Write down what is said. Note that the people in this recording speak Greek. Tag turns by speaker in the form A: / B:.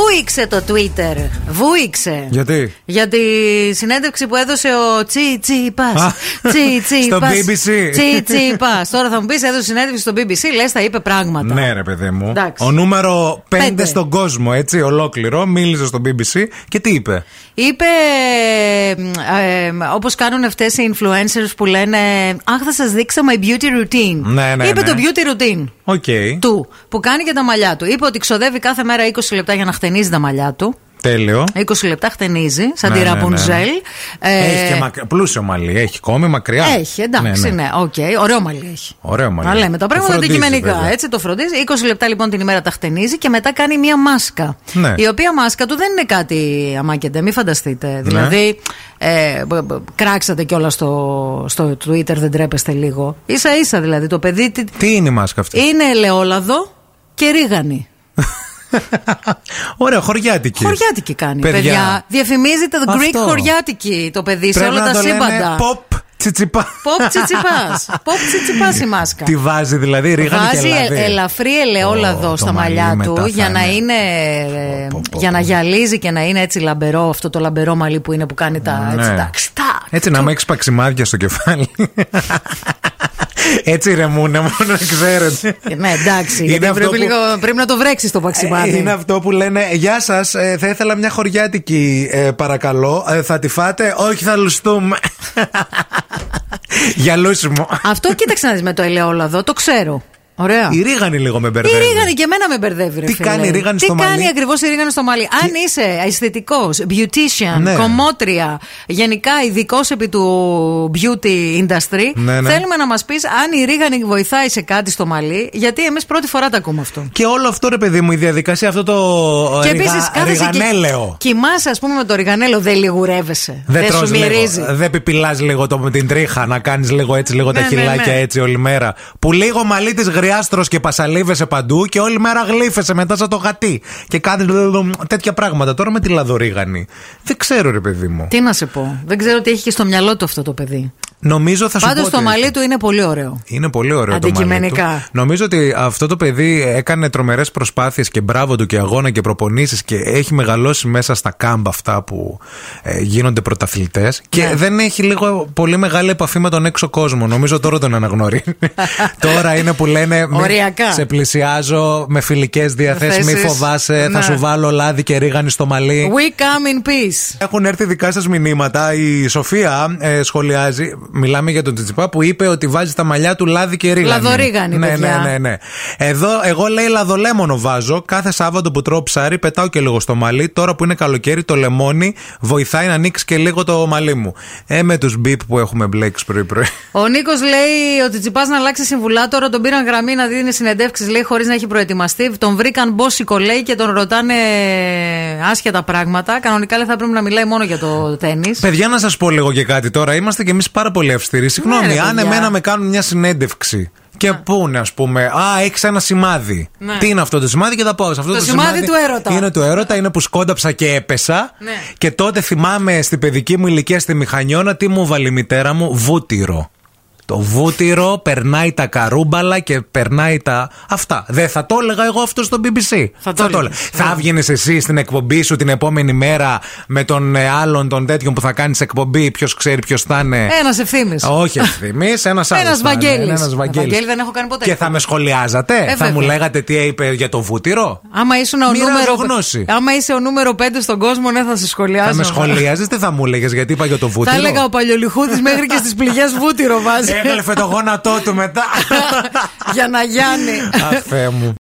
A: Βούηξε το Twitter. Βούηξε.
B: Γιατί?
A: Για τη συνέντευξη που έδωσε ο Τσι Τσι Πας. Τσι Τσι
B: στο
A: Πας.
B: BBC.
A: Τσι Τσι Πας. Τώρα θα μου πεις, έδωσε συνέντευξη στο BBC, λες, θα είπε πράγματα.
B: Ναι, ρε παιδί μου.
A: Ε, Εντάξει.
B: Ο νούμερο 5
A: Πέντε.
B: στον κόσμο, έτσι, ολόκληρο, μίλησε στο BBC και τι είπε.
A: Είπε, ε, όπως κάνουν αυτές οι influencers που λένε «Αχ, θα σας δείξω my beauty routine».
B: Ναι, ναι,
A: Είπε
B: ναι.
A: το beauty routine
B: Οκ.
A: του, που κάνει και τα μαλλιά του. Είπε ότι ξοδεύει κάθε μέρα 20 λεπτά για να χτενίζει τα μαλλιά του.
B: Τέλειο.
A: 20 λεπτά χτενίζει, σαν
B: Ναι,
A: τη
B: ναι, ναι.
A: Ραπουνζέλ. Ε,
B: Έχει και μακρι... πλούσιο μαλλί, έχει κόμμα μακριά.
A: έχει, εντάξει, ναι, οκ. Ωραίο μαλλί έχει.
B: Ωραίο μαλλί.
A: Τα λέμε τα
B: Το
A: πράγματα
B: φροντίζει,
A: αντικειμενικά.
B: βέβαια.
A: Έτσι το φροντίζει. 20 λεπτά λοιπόν την ημέρα τα χτενίζει και μετά κάνει μία μάσκα.
B: Ναι.
A: Η οποία μάσκα του δεν είναι κάτι αμάκεντε, μην
B: Ναι.
A: φανταστείτε. Δηλαδή, ε, μπ- μπ- κράξατε κιόλας στο, στο Twitter, δεν τρέπεστε λίγο. σα ίσα δηλαδή το παιδί τι-
B: Τι είναι η μάσκα αυτή.
A: είναι ελαιόλαδο και ρίγανη.
B: Ωραία, χωριάτικη.
A: Ε. Χωριάτικη κάνει, παιδιά. Διαφημίζει το Greek
B: Αυτό.
A: χωριάτικη το παιδί σε
B: Πρέπει
A: όλα
B: να
A: τα
B: το λένε
A: σύμπαντα.
B: Pop τσιτσιπάς.
A: Pop τσιτσιπάς. Pop τσιτσιπάς η μάσκα.
B: Τη βάζει δηλαδή, ρίγανη
A: Βάζει
B: και λαδί.
A: ε- ελαφρύ ελαιόλαδο
B: Ω, το
A: στα μαλλιά
B: μαλλί
A: του
B: μετά θα
A: για να
B: είναι.
A: είναι. ε,
B: Πω, πω, πω,
A: για να
B: πω.
A: γυαλίζει και να είναι έτσι λαμπερό αυτό το λαμπερό μαλλί που είναι που κάνει τα. Έτσι,
B: Ναι.
A: τα ξτά.
B: Έτσι να με έχεις παξιμάδια στο κεφάλι. Έτσι ρε μούνα, μόνο να ξέρετε.
A: Ναι, εντάξει.
B: Είναι
A: γιατί
B: αυτό
A: πρέπει,
B: που-
A: λίγο, πρέπει να το βρέξεις το
B: Ε,
A: παξιμάδι.
B: Είναι αυτό που λένε Γεια σας, θα ήθελα μια χωριάτικη ε, παρακαλώ. Ε, θα τη φάτε, Όχι, θα λουστούμε. Για λούσιμο.
A: Αυτό κοίταξε να δεις με το ελαιόλαδο, το ξέρω. Ωραία.
B: Η ρίγανη λίγο με
A: Η
B: μπερδεύει.
A: ρίγανη και εμένα με μπερδεύει, ρε
B: ναι. Τι
A: φίλε.
B: κάνει η ρίγανη
A: Τι
B: στο μαλλί?
A: κάνει ακριβώς η ρίγανη στο μαλλί. Αν είσαι αισθητικός, beautician,
B: Ναι.
A: κομμότρια, γενικά ειδικός επί του beauty industry,
B: Ναι, ναι.
A: θέλουμε να μας πεις αν η ρίγανη βοηθάει σε κάτι στο μαλλί, γιατί εμείς πρώτη φορά τα ακούμε αυτό.
B: Και όλο αυτό ρε παιδί μου, η διαδικασία, αυτό το ε,
A: Και
B: ριγα-
A: επίση κάθεσαι και
B: ριγανέλαιο.
A: κοιμάσαι, ας πούμε, με το ριγανέλαιο, δεν λιγουρεύεσαι.
B: Δεν,
A: δεν σου
B: τρως
A: μυρίζει.
B: λίγο, δεν πιπιλάς λίγο το, την τρίχα, να κάνεις λίγο έτσι, λίγο
A: Ναι,
B: τα
A: ναι,
B: χυλάκια
A: ναι.
B: έτσι όλη μέρα. Που λίγο μαλλί της γριάστρος και πασαλίβεσαι παντού και όλη μέρα γλύφεσαι μετά σαν το γατί. Και κάνεις λουλουλου, τέτοια πράγματα. Τώρα με τη λαδορίγανη. Δεν ξέρω ρε παιδί μου.
A: Τι να σε πω. Δεν ξέρω τι έχει και στο μυαλό του αυτό το παιδί.
B: Νομίζω θα σου
A: Πάντως
B: πω
A: το
B: ότι-
A: μαλλί του είναι πολύ ωραίο.
B: Είναι πολύ ωραίο το μαλλί του.
A: Αντικειμενικά.
B: Νομίζω ότι αυτό το παιδί έκανε τρομερές προσπάθειες και μπράβο του και αγώνα και προπονήσεις και έχει μεγαλώσει μέσα στα κάμπ αυτά που ε, γίνονται πρωταθλητές. Και
A: Ναι.
B: δεν έχει λίγο πολύ μεγάλη επαφή με τον έξω κόσμο. Νομίζω τώρα τον αναγνωρίζει. τώρα είναι που λένε. μη-
A: Οριακά.
B: Σε πλησιάζω με φιλικές διαθέσεις. Μη
A: Θέσεις.
B: φοβάσαι,
A: Ναι.
B: θα σου βάλω λάδι και ρίγανη στο μαλλί.
A: We come in peace.
B: Έχουν έρθει δικά σας μηνύματα. Η Σοφία ε, σχολιάζει. Μιλάμε για τον Τσιτσιπά που είπε ότι βάζει στα μαλλιά του λάδι και ρίγανη.
A: Λαδορίγανη,
B: ναι,
A: παιδιά.
B: ναι, ναι, ναι. Εδώ, εγώ λέει λαδολέμονο βάζω. Κάθε Σάββατο που τρώω ψάρι, πετάω και λίγο στο μαλλί. Τώρα που είναι καλοκαίρι, το λεμόνι βοηθάει να ανοίξει και λίγο το μαλλί μου. Ε, με τους μπίπ που έχουμε μπλέξει πρωί-πρωί.
A: Ο Νίκος λέει ότι τσιπά να αλλάξει συμβουλάτορα. Τον πήραν γραμμή να δίνει συνεντεύξεις, λέει, χωρίς να έχει προετοιμαστεί. Τον βρήκαν μπόσικο, λέει, και τον ρωτάνε άσχετα πράγματα. Κανονικά λέει θα πρέπει να μιλάει μόνο για το τέννη.
B: Παιδιά, να σας πω λίγο και κάτι τώρα. Είμαστε κι εμείς πάρα πολύ αυστηροί. Συγγνώμη,
A: Ναι, ρε,
B: αν
A: παιδιά.
B: εμένα με κάνουν μια συνέντευξη και πούνε, ας πούμε, Α, έχεις ένα σημάδι.
A: Ναι.
B: Τι είναι αυτό το σημάδι και θα πάω σε αυτό το,
A: Το σημάδι του έρωτα.
B: Είναι του έρωτα, είναι που σκόνταψα και έπεσα.
A: Ναι.
B: Και τότε θυμάμαι στην παιδική μου ηλικία στη Μηχανιώνα τι μου βάλει η μητέρα μου, βούτυρο. Το βούτυρο περνάει τα καρούμπαλα και περνάει τα. Αυτά. Δεν θα το έλεγα εγώ αυτό στο BBC.
A: Θα το
B: έλεγα.
A: έλεγες.
B: Θα έβγαινες εσύ στην εκπομπή σου την επόμενη μέρα με τον ε, άλλον των τέτοιων που θα κάνεις εκπομπή. Ποιος ξέρει ποιος θα είναι.
A: Ένας ευθύνη.
B: Όχι ευθυμή, ένας άλλο.
A: Ένας Βαγγέλης.
B: Ένας Βαγγέλης.
A: Βαγγέλη δεν έχω κάνει ποτέ. Ε,
B: Και θα με σχολιάζατε. θα
A: βέβαια.
B: μου λέγατε τι είπε για το βούτυρο.
A: Άμα, ήσουν ο
B: Μοιράζω
A: νούμερο...
B: γνώση.
A: Άμα είσαι ο νούμερο 5 στον κόσμο, ναι, θα σε σχολιάζω.
B: Θα με σχολιάζεις, τι θα μου έλεγε γιατί είπα για το
A: Θα
B: βούτυρο.
A: έλεγα ο παλιολιχούδης μέχρι και στις πληγές
B: Ε,
A: βούτυρο βάζει.
B: Έκλεφε το γόνατό του μετά.
A: για να γιάνει.
B: Αφέ μου.